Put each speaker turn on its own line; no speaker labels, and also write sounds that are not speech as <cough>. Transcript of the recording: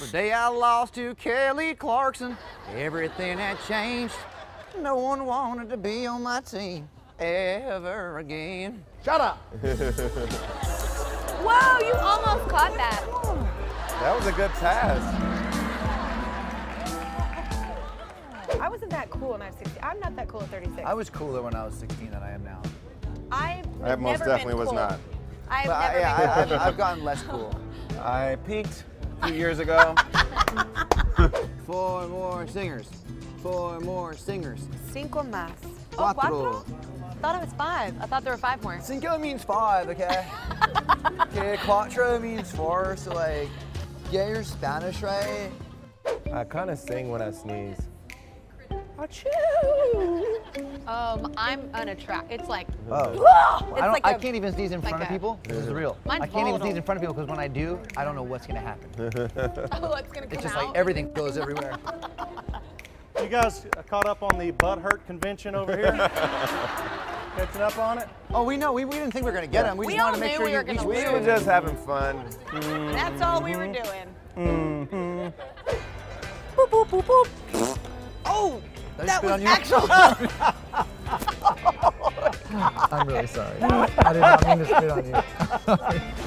The day I lost to Kelly Clarkson, everything had changed. No one wanted to be on my team ever again.
Shut up.
Whoa, you almost caught that.
That was a good pass.
I wasn't that cool when I was 16. I'm not that cool at 36.
I was cooler when I was 16 than I am now.
I've
I most
never been
definitely was
cool.
not.
I've
But I,
never
yeah,
been
I, I've, I've gotten less cool.
I peaked a few
<laughs>
years ago.
Four more singers. Four more singers.
<laughs> Cinco más.
Cuatro.
Oh, cuatro? I thought it was five. I thought there were five more.
Cinco means five, <laughs> okay? okay, cuatro means four, so like, get your Spanish right.
I kind of sing when I sneeze.
Um, I'm unattractive. It's like,
Oh. I, don't,
like
I
a-
can't even sneeze in front of
a-
people. This is real.
Mine's
I can't even sneeze
volatile.
in front of people because when I do, I don't know what's gonna happen.
<laughs> oh, it's gonna come
It's just
out.
like everything goes everywhere.
You guys caught up on the butt hurt convention over here? Catching up on it?
<laughs> Oh, we know. We, we didn't think we were gonna get him. We,
We
just wanted
all
to make
knew
sure
we
you
were gonna
each-
We
Dude.
were just having fun.
That's all we were doing.
That, was actual. I'm really sorry. I did not mean to spit on you.